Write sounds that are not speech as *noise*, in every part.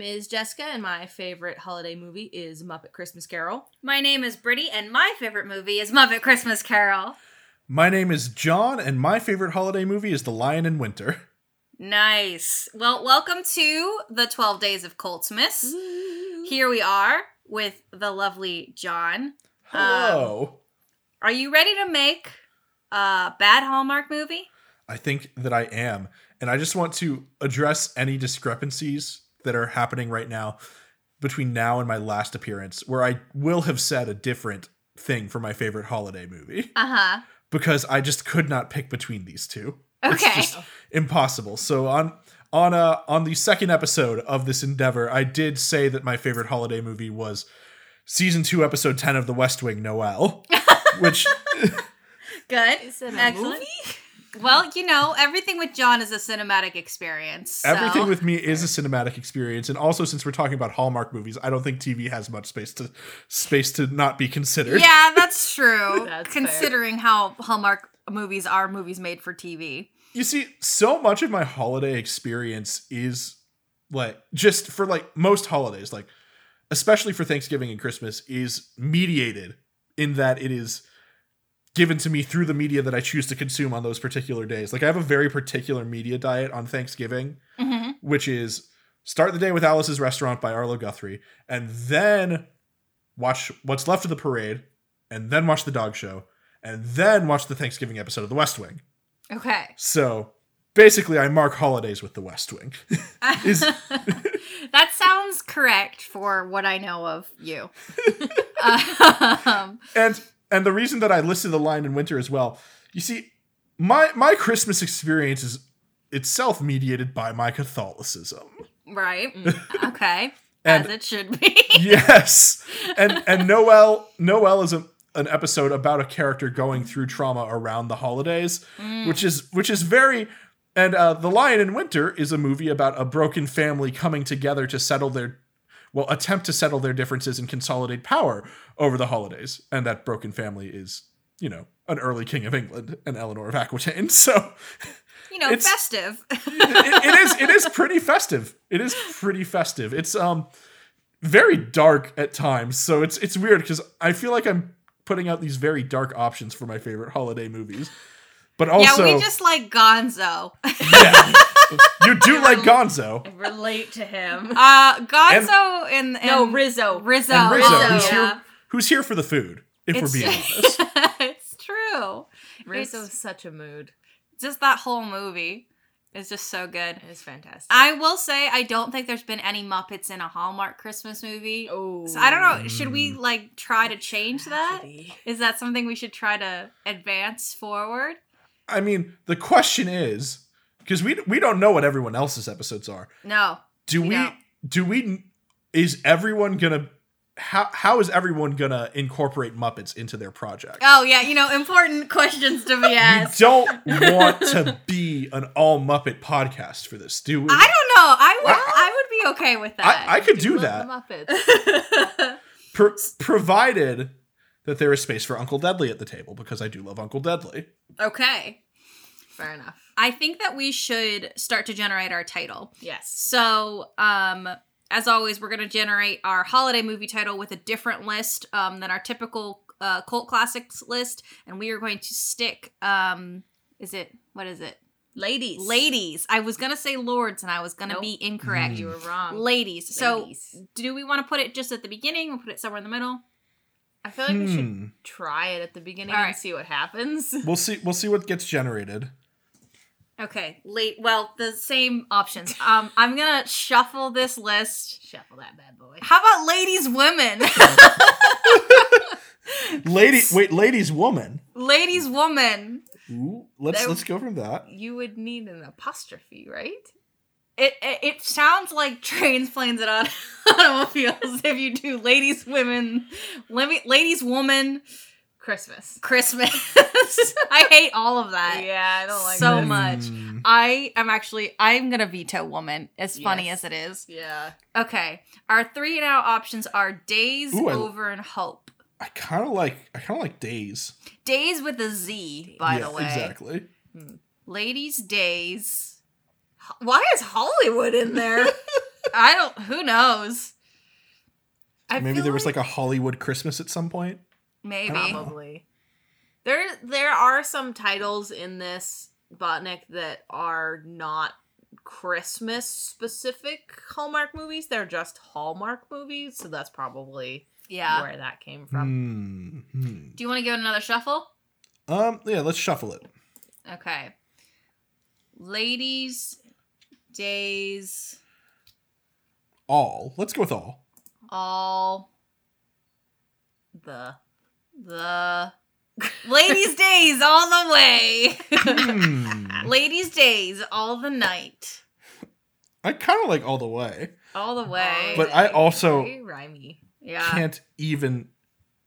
is Jessica, and my favorite holiday movie is Muppet Christmas Carol. My name is Brittany, and my favorite movie is Muppet Christmas Carol. My name is John, and my favorite holiday movie is The Lion in Winter. *laughs* Nice. Well, welcome to the 12 Days of Coltsmas. Here we are with the lovely John. Hello. Are you ready to make a bad Hallmark movie? I think that I am. And I just want to address any discrepancies that are happening right now between now and my last appearance, where I will have said a different thing for my favorite holiday movie Uh huh. because I just could not pick between these two. It's Okay. just impossible. So on on uh on the second episode of this endeavor, I did say that my favorite holiday movie was season two, episode ten of The West *laughs* Wing, Noel, which Good. Is it a Excellent. Well, you know, everything with John is a cinematic experience. so- Everything with me is a cinematic experience, and also since we're talking about Hallmark movies, I don't think TV has much space to space to not be considered. Yeah, that's true. That's fair. considering how Hallmark movies are movies made for TV. You see, so much of my holiday experience is like just for like most holidays, like especially for Thanksgiving and Christmas, is mediated in that it is given to me through the media that I choose to consume on those particular days. Like I have a very particular media diet on Thanksgiving Mm-hmm. which is start the day with Alice's Restaurant by Arlo Guthrie, and then watch what's left of the parade, and then watch the dog show, and then watch the Thanksgiving episode of The West Wing. Okay. So basically, I mark holidays with The West Wing. Is- *laughs* that sounds correct for what I know of *laughs* you. um, and and the reason that I listed the line in winter as well, you see, my my Christmas experience is itself mediated by my Catholicism. right. Mm. Okay. And As it should be. *laughs* *laughs* yes and and noel noel is a, an episode about a character going through trauma around the holidays which is which is very and uh the lion in winter is a movie about a broken family coming together to settle their well attempt to settle their differences and consolidate power over the holidays and that broken family is you know an early king of england and eleanor of aquitaine *laughs* so You know, It's- festive. *laughs* it, it is it is pretty festive. It is pretty festive. It's um very dark at times, so it's it's weird because I feel like I'm putting out these very dark options for my favorite holiday movies. But also, yeah, we just like Gonzo. *laughs* yeah, you *laughs* do like Gonzo Relate to *laughs* him. Uh, Gonzo and, and no, Rizzo. Rizzo. and Rizzo, Rizzo, who's yeah. here who's here for the food. If It's- *laughs* we're being honest, it's true. Rizzo's such a mood. Just that whole movie is just so good. It's fantastic. I will say I don't think there's been any Muppets in a Hallmark Christmas movie. oh, So I don't know. Should we like try to change that? Tragedy. Is that something we should try to advance forward? I mean the question is because we we don't know what everyone else's episodes are. No. do We we don't. do we is everyone gonna how how is everyone gonna incorporate muppets into their project Oh yeah, you know, important questions to be asked. we don't want *laughs* to be an all muppet podcast for this do we I don't know. I would Well- I would be okay with I, I that. could do Love that The Muppets. *laughs* pro- provided that there is space for uncle deadly at the table because i do love uncle deadly *laughs* okay. Fair enough. I think that we should start to generate our title. Yes. So, um, as always, we're going to generate our holiday movie title with a different list um, than our typical uh, cult classics list, and we are going to stick. Um, is it what is it? Ladies. Ladies. I was going to say lords, and I was going to Nope. be incorrect. Mm. You were wrong. Ladies. So, Ladies. do we want to put it just at the beginning? We'll put it somewhere in the middle. I feel like we should Hmm. try it at the beginning All right. and see what happens. *laughs* we'll see we'll see what gets generated Okay. Late. Well, the same options. Um, I'm gonna shuffle this list. Shuffle that bad boy. How about ladies, women? *laughs* lady wait ladies woman ladies, woman. Ooh, let's There- let's go from that You would need an apostrophe, right? It, it it sounds like trains, planes, and auto- *laughs* automobiles. If you do ladies, women, lemme- ladies, woman, Christmas. Christmas. *laughs* I hate all of that. Yeah, I don't like So this. much. Hmm. I am actually I'm gonna veto woman. As funny Yes. as it is. Yeah. Okay, our three now options are days, Ooh, I- over, and hope. i kind of like i kind of like days Days with a Z, by Yeah, the way. exactly Ladies' days. Ho- Why is Hollywood in there? I don't. Who knows? I Maybe feel there was like a Hollywood Christmas at some point. maybe. Probably. There there are some titles in this Botnick that are not Christmas specific Hallmark movies. They're just Hallmark movies, so that's probably Yeah. where that came from. Hmm, hmm. Do you want to give it another shuffle? Um, yeah, let's shuffle it. Okay. Ladies, days, All. Let's go with all. all The the ladies' days all the *laughs* way. Hmm. ladies' days all the night. I kind of like all the way. All the way. But I also very rhymey. yeah. Can't even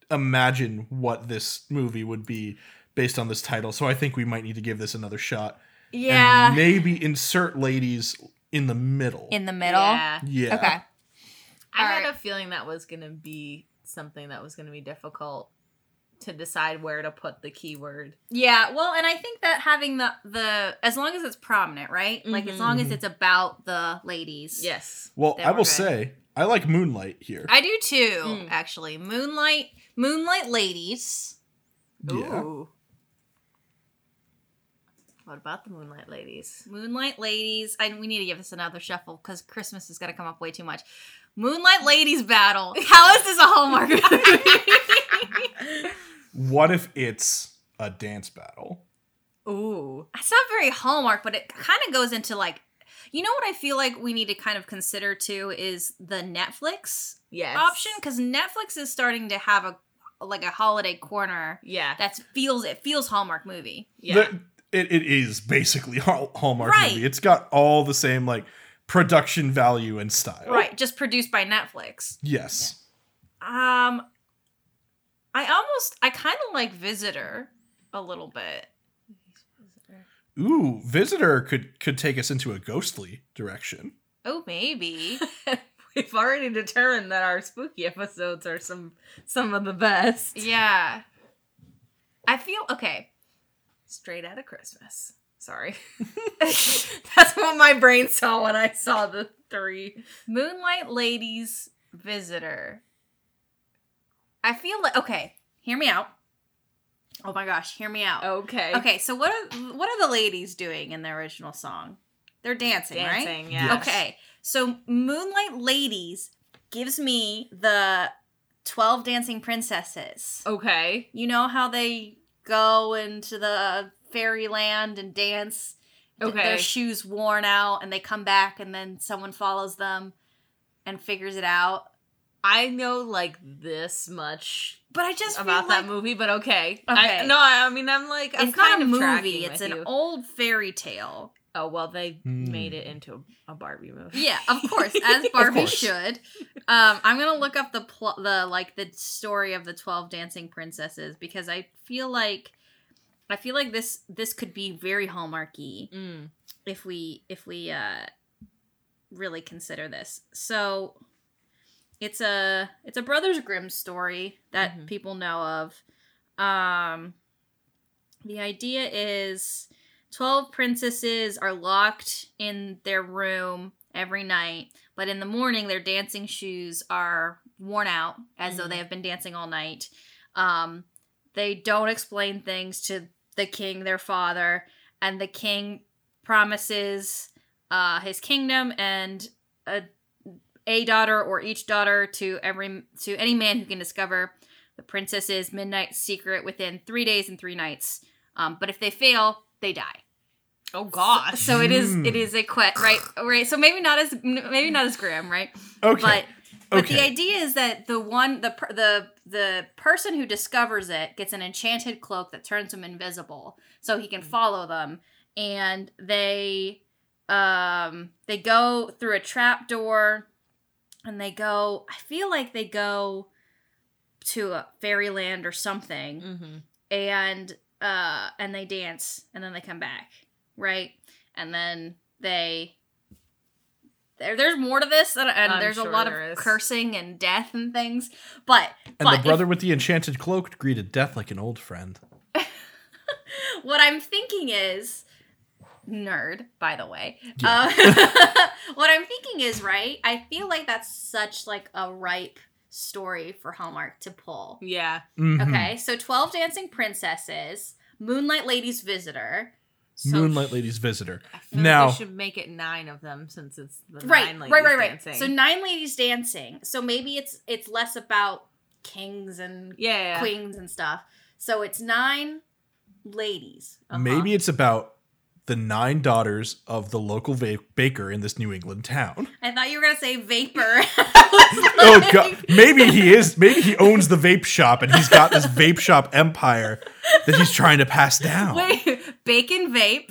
imagine what this movie would be based on this title. So I think we might need to give this another shot. and yeah. maybe insert ladies in the middle. In the middle. Yeah. yeah. Okay. I had Alright. a feeling that was gonna be something that was gonna be difficult to decide where to put the keyword. Yeah, well, and I think that having the the as long as it's prominent, right? Like as Mhm. long as Mhm. it's about the ladies. Yes. Well, Then I we're will good. say I like Moonlight here. I do too, Mm. actually. Moonlight Moonlight Ladies. yeah. Ooh. What about the Moonlight Ladies? Moonlight Ladies. I, we need to give this another shuffle because Christmas is going to come up way too much. Moonlight Ladies Battle. How is this a Hallmark *laughs* movie? What if it's a dance battle? *laughs* Ooh. it's not very Hallmark, but it kind of goes into like, you know what I feel like we need to kind of consider too is the Netflix Yes. option because Netflix is starting to have a like a holiday corner Yeah. that feels it feels Hallmark movie. Yeah. The- it, it is basically *laughs* Hall- Hallmark Right. movie. It's got all the same like production value and style. Right, just produced by Netflix. Yes. Um I almost I kind of like Visitor a little bit. Ooh, Visitor could could take us into a ghostly direction. Oh, *laughs* maybe. We've already determined that our spooky episodes are some some of the best. yeah. I feel okay. Straight out of Christmas. Sorry. *laughs* That's what my brain saw when I saw the three. Moonlight Ladies Visitor. I feel like okay, hear me out. Oh my gosh, hear me out. Okay. Okay, so what are what are the ladies doing in the original song? They're dancing, right? Dancing, yeah. Yes. Okay. So Moonlight Ladies gives me the 12 dancing princesses. Oh. Okay. You know how they go into the fairyland and dance? Th- Okay. Their shoes worn out and they come back and then someone follows them and figures it out. I know like this much But I just about feel that like movie, but okay. Okay. I, no, I, I mean I'm like I'm it's kind not a of movie, tracking it's with an you. old fairy tale. Oh well, they Hmm. made it into a Barbie movie. Yeah, *laughs* of *laughs* course, as Barbie course. should. Um, I'm gonna look up the pl- the like the story of the twelve dancing princesses because I feel like I feel like this this could be very hallmarky Mm. if we if we uh, really consider this. So it's a it's a Brothers Grimm story that Mhm. people know of. Um, the idea is twelve princesses are locked in their room every night, but in the morning their dancing shoes are worn out as though Mhm. they have been dancing all night. Um, they don't explain things to the king, their father, and the king promises uh, his kingdom and a, a daughter or each daughter to every to any man who can discover the princess's midnight secret within three days and three nights. Um, but if they fail, they die. Oh gosh. So it is it Hmm. is a quit, right? Right. So maybe not as maybe not as grim, right? Okay. But but the okay. idea is that the one the per- the the person who discovers it gets an enchanted cloak that turns him invisible, so he can follow them. And they um they go through a trap door, and they go. I feel like they go to a fairyland or something Mm-hmm. and uh and they dance and then they come back right and then they there, there's more to this and, and I'm there's a sure lot there of is. cursing and death and things but and but the if- brother with the enchanted cloak greeted death like an old friend. what i'm thinking is nerd, by the way. Yeah. Uh, *laughs* what I'm thinking is right. I feel like that's such like a ripe story for Hallmark to pull. Yeah. Mhm. Okay, so Twelve Dancing Princesses, Moonlight Lady's Visitor. So Moonlight Lady's Visitor. I feel Now- like we should make it nine of them since it's the Right, nine right, ladies right, right. dancing. So nine ladies dancing. So maybe it's it's less about kings and yeah, yeah, yeah. queens and stuff. So it's nine ladies. Uh-huh. Maybe it's about the nine daughters of the local va- baker in this New *laughs* England town. I thought you were gonna say vapor. *laughs* oh god, maybe he is. Maybe he owns the vape shop, and he's got this vape shop empire that he's trying to pass down. Wait, bacon vape.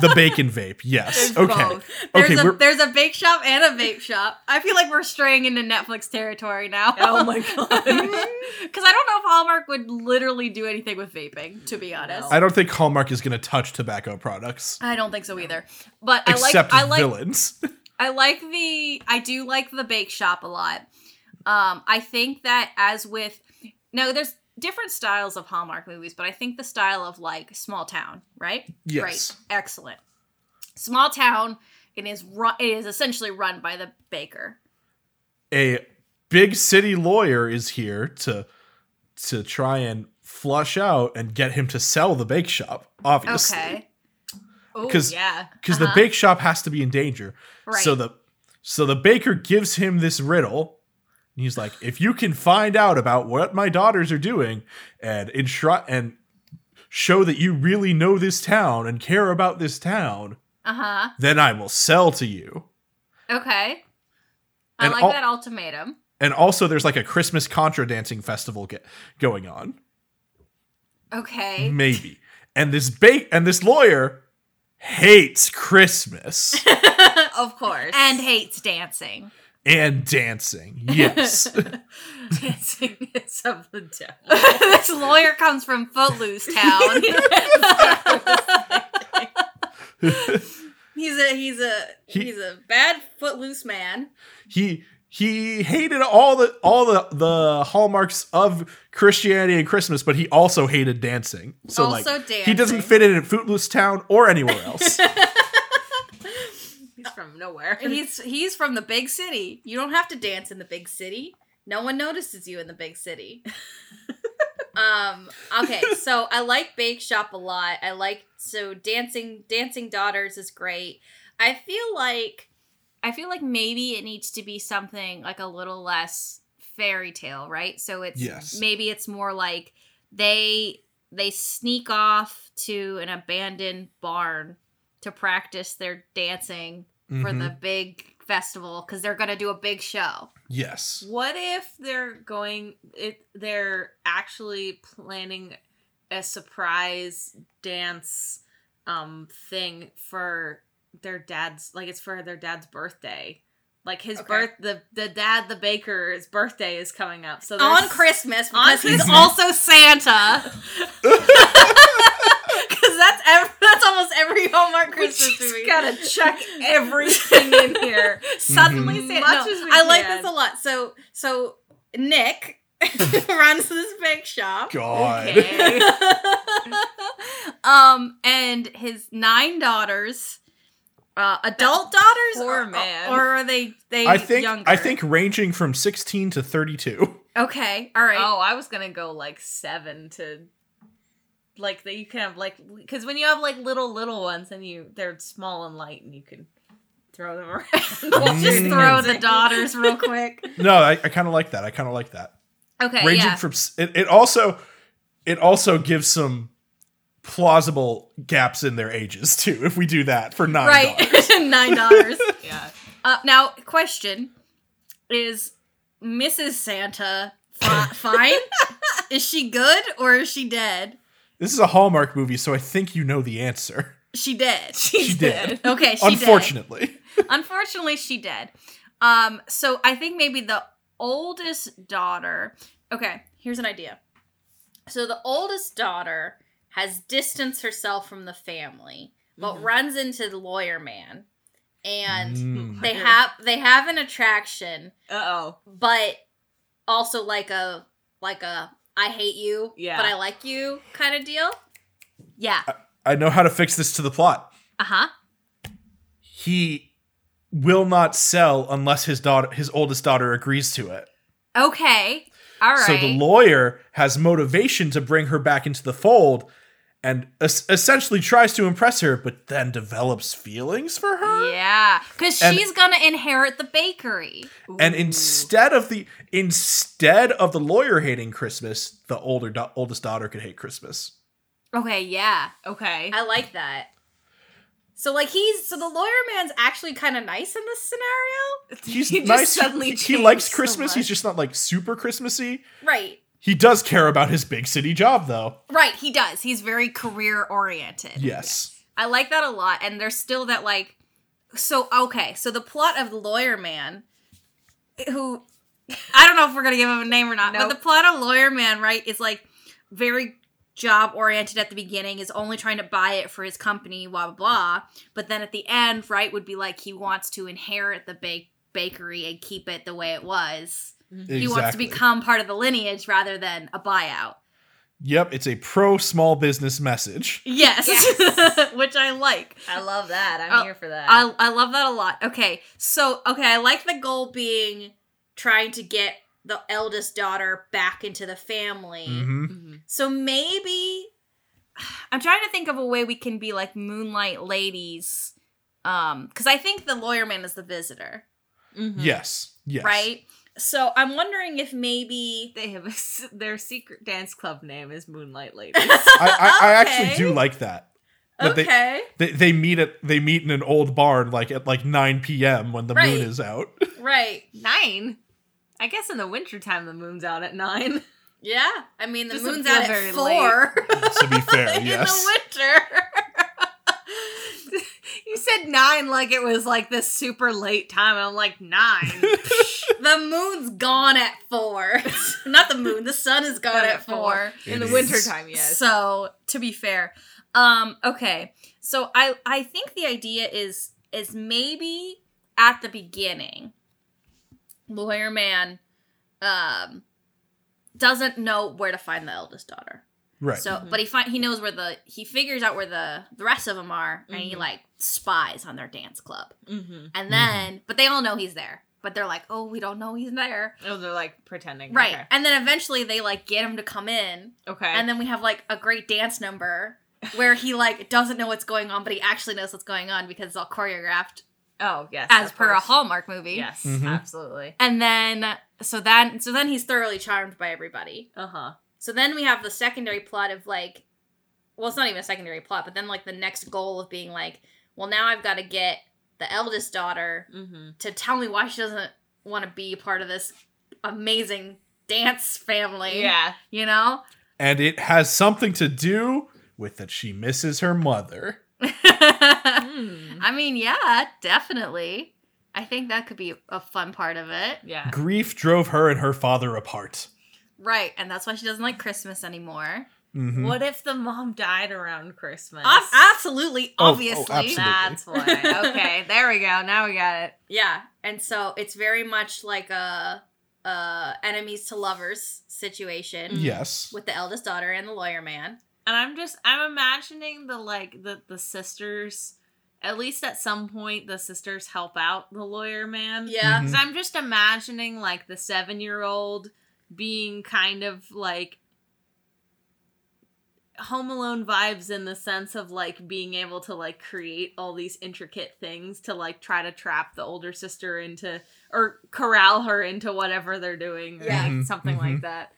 The bacon vape. Yes. There's okay. both. *laughs* There's Okay, a we're- there's a bake shop and a vape shop. I feel like we're straying into Netflix territory now. Oh *laughs* my god. Because I don't know if Hallmark would literally do anything with vaping, to be honest. I don't think Hallmark is going to touch tobacco products I don't think so either. But I like except I like villains. *laughs* I like the I do like the bake shop a lot. Um I think that as with no, there's different styles of Hallmark movies, but I think the style of like small town, right? Yes. Right. Excellent. Small town it is run, it is essentially run by the baker. A big city lawyer is here to to try and flush out and get him to sell the bake shop. Obviously. Okay. Oh 'Cause- yeah. because Uh-huh. the bake shop has to be in danger. Right. So the so the baker gives him this riddle. And he's like, if you can find out about what my daughters are doing and enshr- and show that you really know this town and care about this town, Uh-huh. then I will sell to you. Okay. I And like al- that ultimatum. And also, there's like a Christmas contra dancing festival get- going on, Okay. maybe. And this bake and this lawyer hates Christmas *laughs* *laughs* Of course. *laughs* and hates dancing. *laughs* and dancing. Yes. dancing is of the devil. this lawyer comes from Footloose Town. he's a he's a He- he's a bad footloose man. he he hated all the all the the hallmarks of Christianity and Christmas, but he also hated dancing. *laughs* So like Also he doesn't dancing. fit in at Footloose Town or anywhere *laughs* else. Uh, He's from nowhere. And he's he's from the big city. You don't have to dance in the big city. No one notices you in the big city. um okay, so I like bake shop a lot. I like so dancing dancing daughters is great. I feel like I feel like maybe it needs to be something like a little less fairy tale, right? So it's Yes. maybe it's more like they they sneak off to an abandoned barn to practice their dancing for Mhm. the big festival because they're gonna do a big show. yes. What if they're going it they're actually planning a surprise dance um thing for their dad's like it's for their dad's birthday. Like his Okay. birth the the dad the baker's birthday is coming up. So on there's- Christmas on because he's Christmas. also Santa. *laughs* Because that's ev- that's almost every Hallmark we Christmas just *laughs* movie. gotta check everything in here. *laughs* *laughs* Suddenly, Mm-hmm. Mhm. Santa. Much no, as we I like can. this a lot. So so Nick *laughs* runs this bake shop. God. Okay. *laughs* um, and his nine daughters, uh, adult daughters, poor or, man. or are they they *laughs* I think younger? I think ranging from 16 to 32. okay, all right. Oh, I was gonna go like seven to like that. You can have like because when you have like little little ones and you they're small and light and you can throw them *laughs* around. We'll just Mm. throw the daughters real quick. No, I, I kind of like that. I kind of like that. Okay, Ranging Uh, yeah. from s- it, it also it also gives some plausible gaps in their ages too if we do that for 9 dollars. right, *laughs* *laughs* nine daughters. yeah, Uh, now, question is Mrs. Santa *laughs* fi- fine? is she good or is she dead? This is a Hallmark movie, so I think you know the answer. *laughs* She dead. She did. Okay, she Unfortunately. dead. Unfortunately, she dead. Um, so I think maybe the oldest daughter. Okay, here's an idea. So the oldest daughter has distanced herself from the family, but Mhm. runs into the lawyer man, and Mm-hmm. Mm. they Mhm. have they have an attraction Uh oh. but also like a like a I hate you, Yeah. but I like you kind of deal. Yeah. I know how to fix this to the plot. Uh huh. he will not sell unless his daughter his oldest daughter agrees to it Okay. All right. so the lawyer has motivation to bring her back into the fold and es- essentially tries to impress her but then develops feelings for her yeah, because And- she's gonna inherit the bakery. and Ooh. instead of the instead of the lawyer hating christmas the older da- oldest daughter could *laughs* hate christmas okay, yeah, okay, I like that. So like he's so the lawyer man's actually kind of nice in this scenario, he's He just nice suddenly he, he changed likes so christmas much. he's just not like super christmassy right? he does care about his big city job though right. He does. He's very career oriented. yes I like that a lot. And And there's still that like, so okay, so the plot of the lawyer man, who *laughs* I don't know if we're gonna give him a name or not, Nope. but the plot of Lawyer Man, right, is like very job oriented at the beginning, is only trying to buy it for his company, blah blah blah. But then at the end, right, would be like he wants to inherit the bake bakery and keep it the way it was. He wants to Exactly. become part of the lineage rather than a buyout. Yep, it's a pro small business message. Yes. Yes. *laughs* Which I like. I love that. I'm Oh, here for that. I, I love that a lot. Okay, so okay, I like the goal being trying to get the eldest daughter back into the family. hmm So maybe *sighs* I'm trying to think of a way we can be like moonlight ladies. Um, because I think the lawyer man is the visitor, Mm-hmm. Yes, yes. Mm-hmm. right? So I'm wondering if maybe They have a s their secret dance club name is Moonlight *laughs* Ladies. I, I, I Okay. actually do like that. That they- okay, They, they meet at they meet in an old barn like at like 9 p.m. when the Right. moon is out. right? nine. I guess in the wintertime the moon's out at nine. *laughs* Yeah, I mean the Doesn't moon's feel out very at four to be *laughs* fair, in yes. the winter. You said nine like it was like this super late time. I'm like nine. the moon's gone at four. *laughs* Not the moon. The sun is gone Gone at at four. in the It is. wintertime, yes. So to be fair, um, okay. So I I think the idea is is maybe at the beginning, lawyer man, um, doesn't know where to find the eldest daughter. Right. So, Mhm. but he find he knows where the he figures out where the the rest of them are, and he Mhm. like spies on their dance club, mm-hmm. and then but they all know he's there, but they're like, oh, we don't know he's there. Oh, they're like pretending. Right. Okay. And then eventually they like get him to come in Okay. and then we have like a great dance number where he like doesn't know what's going on, but he actually knows what's going on because it's all choreographed oh, yes. as of per a course. Hallmark movie. Yes, Mhm. absolutely. And then so then so then he's thoroughly charmed by everybody. Uh huh. So then we have the secondary plot of like well, it's not even a secondary plot, but then like the next goal of being like, well, now I've got to get the eldest daughter Mm-hmm. to tell me why she doesn't want to be part of this amazing dance family. Yeah. You know? and it has something to do with that she misses her mother. *laughs* Mm. I mean, yeah, definitely. I think that could be a fun part of it. Yeah. Grief drove her and her father apart. Right. And that's why she doesn't like Christmas anymore. Mhm. What if the mom died around Christmas? absolutely. Oh, oh, Obviously. absolutely. That's why. Okay, there we go. Now we got it. Yeah. And so it's very much like a, a enemies to lovers situation Yes. Mm-hmm. with the eldest daughter and the lawyer man. And I'm just I'm imagining the like the the sisters at least at some point the sisters help out the lawyer man. Yeah. Mhm. 'Cause I'm just imagining like the 7-year-old being kind of like home alone vibes in the sense of like being able to like create all these intricate things to like try to trap the older sister into or corral her into whatever they're doing or Yeah. like, something Mhm. like that.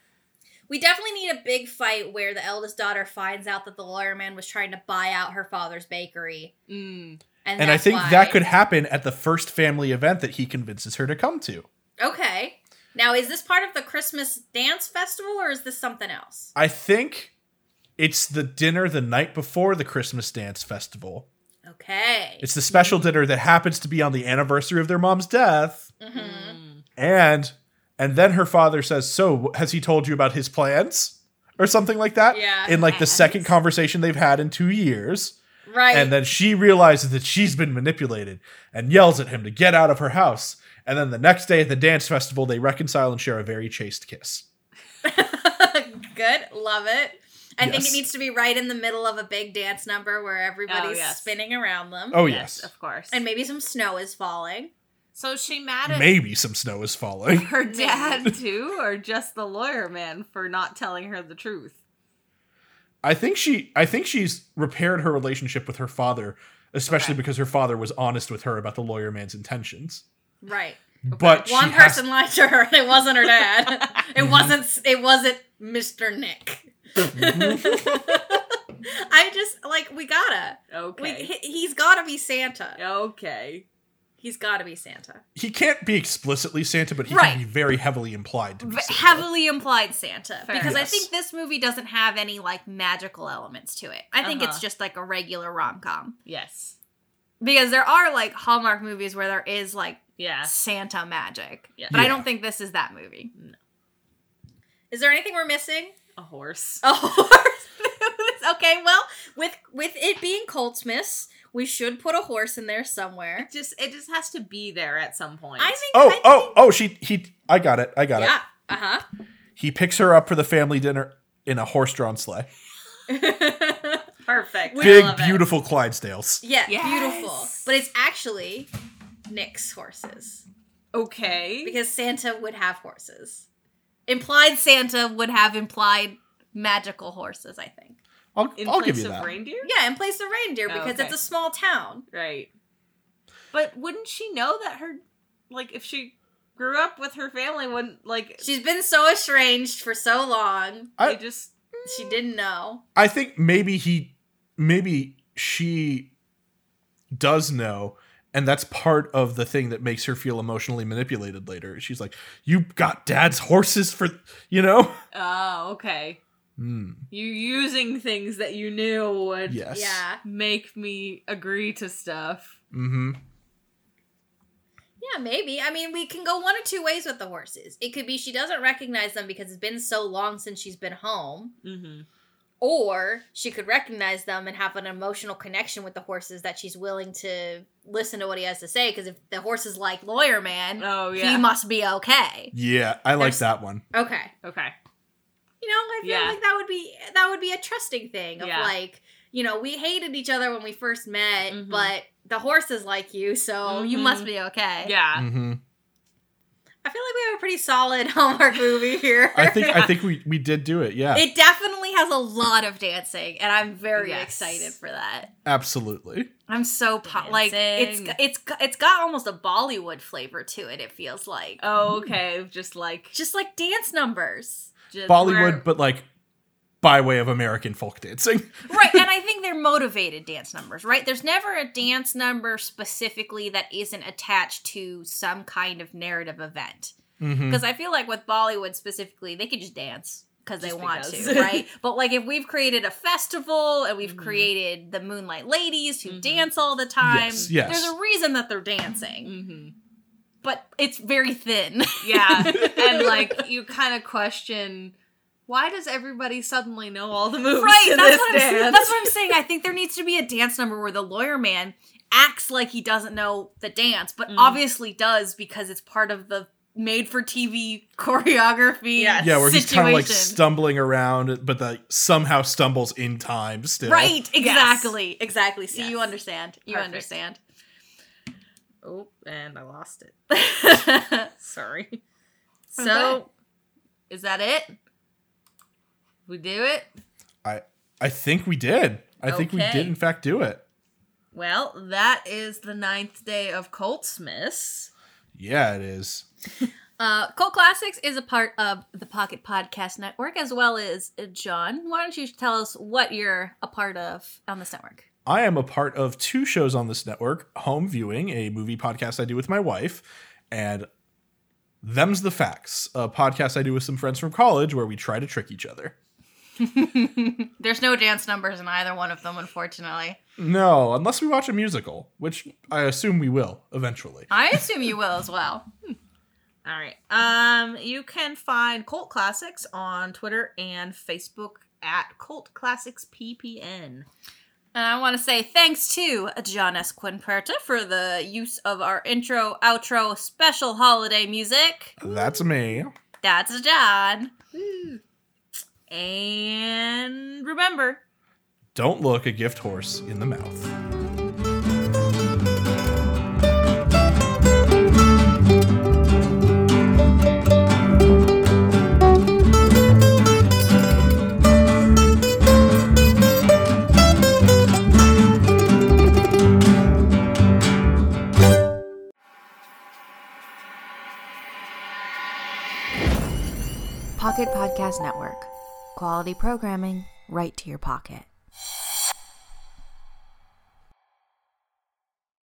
We definitely need a big fight where the eldest daughter finds out that the lawyer man was trying to buy out her father's bakery. Mm. And, And I that's think why- that could happen at the first family event that he convinces her to come to. Okay. Now, is this part of the Christmas dance festival or is this something else? I think it's the dinner the night before the Christmas dance festival. Okay. It's the special dinner that happens to be on the anniversary of their mom's death. Mm-hmm. Mm. hmm Mm-hmm. And and then her father says, "So, has he told you about his plans?" or something like that. Yeah. In like the plans. second conversation they've had in 2 years. *laughs* Right. And then she realizes that she's been manipulated and yells at him to get out of her house. And then the next day at the dance festival, they reconcile and share a very chaste kiss. Good. Love it. I think Yes. it needs to be right in the middle of a big dance number where everybody's Oh, yes. spinning around them. Oh yes. of course. And maybe some snow is falling. so she mad at Maybe some snow is falling. *laughs* her dad too, or just the lawyer man for not telling her the truth. I think she I think she's repaired her relationship with her father, especially Okay. because her father was honest with her about the lawyer man's intentions. Right. But One she has- person lied to her, and it wasn't her *laughs* dad. it wasn't it wasn't Mr. Nick. Mm-hmm. *laughs* I just like we gotta. We, Okay. he, he's gotta be Santa. okay. He's gotta be Santa. he can't be explicitly Santa, but he Right. can be very heavily implied to be V- Santa. heavily implied Santa Fair. because I Yes. think this movie doesn't have any like magical elements to it. I think it's Uh-huh. just like a regular rom com Yes. because there are like Hallmark movies where there is like Yeah. Santa magic, Yeah. but I Yeah. don't think this is that movie. Is there anything we're missing? *laughs* A horse. A Oh, horse news. Okay, well, with with it being Coltsmas, we should put a horse in there somewhere. Just it just has to be there at some point. I think. I Oh, think- oh, oh, she he I got it. I got Yeah. it. Uh huh. He picks her up for the family dinner in a horse-drawn sleigh. uh-huh. *laughs* Perfect. We- Big love it. beautiful Clydesdales. yeah. Yes. Beautiful. But it's actually Nick's horses okay. because Santa would have horses. Implied Santa would have implied magical horses. I think I'll, in I'll place give you of that. reindeer? Yeah, in place of reindeer because Oh, Okay. it's a small town. Right. But wouldn't she know that her like if she grew up with her family wouldn't like She's been so estranged for so long. they I- just She didn't know. I think maybe he, maybe she does know, and that's part of the thing that makes her feel emotionally manipulated later. She's like, "You got dad's horses for you know." Oh, okay. Hmm. You using things that you knew would yes. Yeah. make me agree to stuff. Mm-hmm. Yeah, maybe. I mean, we can go one or two ways with the horses. It could be she doesn't recognize them because it's been so long since she's been home, Mm-hmm. or she could recognize them and have an emotional connection with the horses that she's willing to listen to what he has to say because if the horses like lawyer man, Oh he yeah. must be okay. Yeah, I like There's- that one. okay. okay. You know, I feel Yeah. like that would be that would be a trusting thing of Yeah. like, you know, we hated each other when we first met, Mhm. but the horses like you, so You must be okay. Mm-hmm. Yeah. hmm I feel like we have a pretty solid *laughs* Hallmark movie here. I *laughs* think I think we we did do it. Yeah, It definitely has a lot of dancing, and I'm very Yes. excited for that. absolutely. I'm so po- like it's Dancing. it's it's got almost a Bollywood flavor to it. It feels like Oh, okay. Just like just like dance numbers, just Bollywood, where- but like by way of American folk dancing. *laughs* right? and I think they're motivated dance numbers, right? There's never a dance number specifically that isn't attached to some kind of narrative event. Mm-hmm. Hmm. Because I feel like with Bollywood specifically, they could just dance because they Just want because. *laughs* to, right? But like if we've created a festival and we've Mhm. created the Moonlight Ladies who Mhm. dance all the time, Yes, yes. there's a reason that they're dancing, Mhm. but it's very thin. *laughs* Yeah. and like you kind of question why does everybody suddenly know all the moves? right, to that's this what I'm saying. dance? That's what I'm saying. I think there needs to be a dance number where the lawyer man acts like he doesn't know the dance, but Mm. obviously does because it's part of the made for TV choreography. Yes. Yeah, where he's kind of like situation. stumbling around, but like somehow stumbles in time still. Right, exactly, exactly. See, you Yes. understand. You Perfect. understand. *laughs* Oh, and I lost it. *laughs* so, Sorry. so is that it? We do it. I think we did. I think we Okay. did, in fact, do it. Well, that is the ninth day of Coltsmas. Yeah, it is. Uh, Cult Classics is a part of the Pocket Podcast Network, as well as uh, John. Why don't you tell us what you're a part of on this network? I am a part of two shows on this network Home Viewing, a movie podcast I do with my wife, and Them's the Facts, a podcast I do with some friends from college where we try to trick each other. There's no dance numbers in either one of them, unfortunately. No, unless we watch a musical, which I assume we will eventually. I assume you will as well. All right. Um, you can find Cult Classics on Twitter and Facebook at Cult Classics PPN. And I want to say thanks to John S. Quinperta for the use of our intro, outro, special holiday music. That's me. That's John. And remember, Don't look a gift horse in the mouth. Pocket Podcast Network. Quality programming right to your pocket.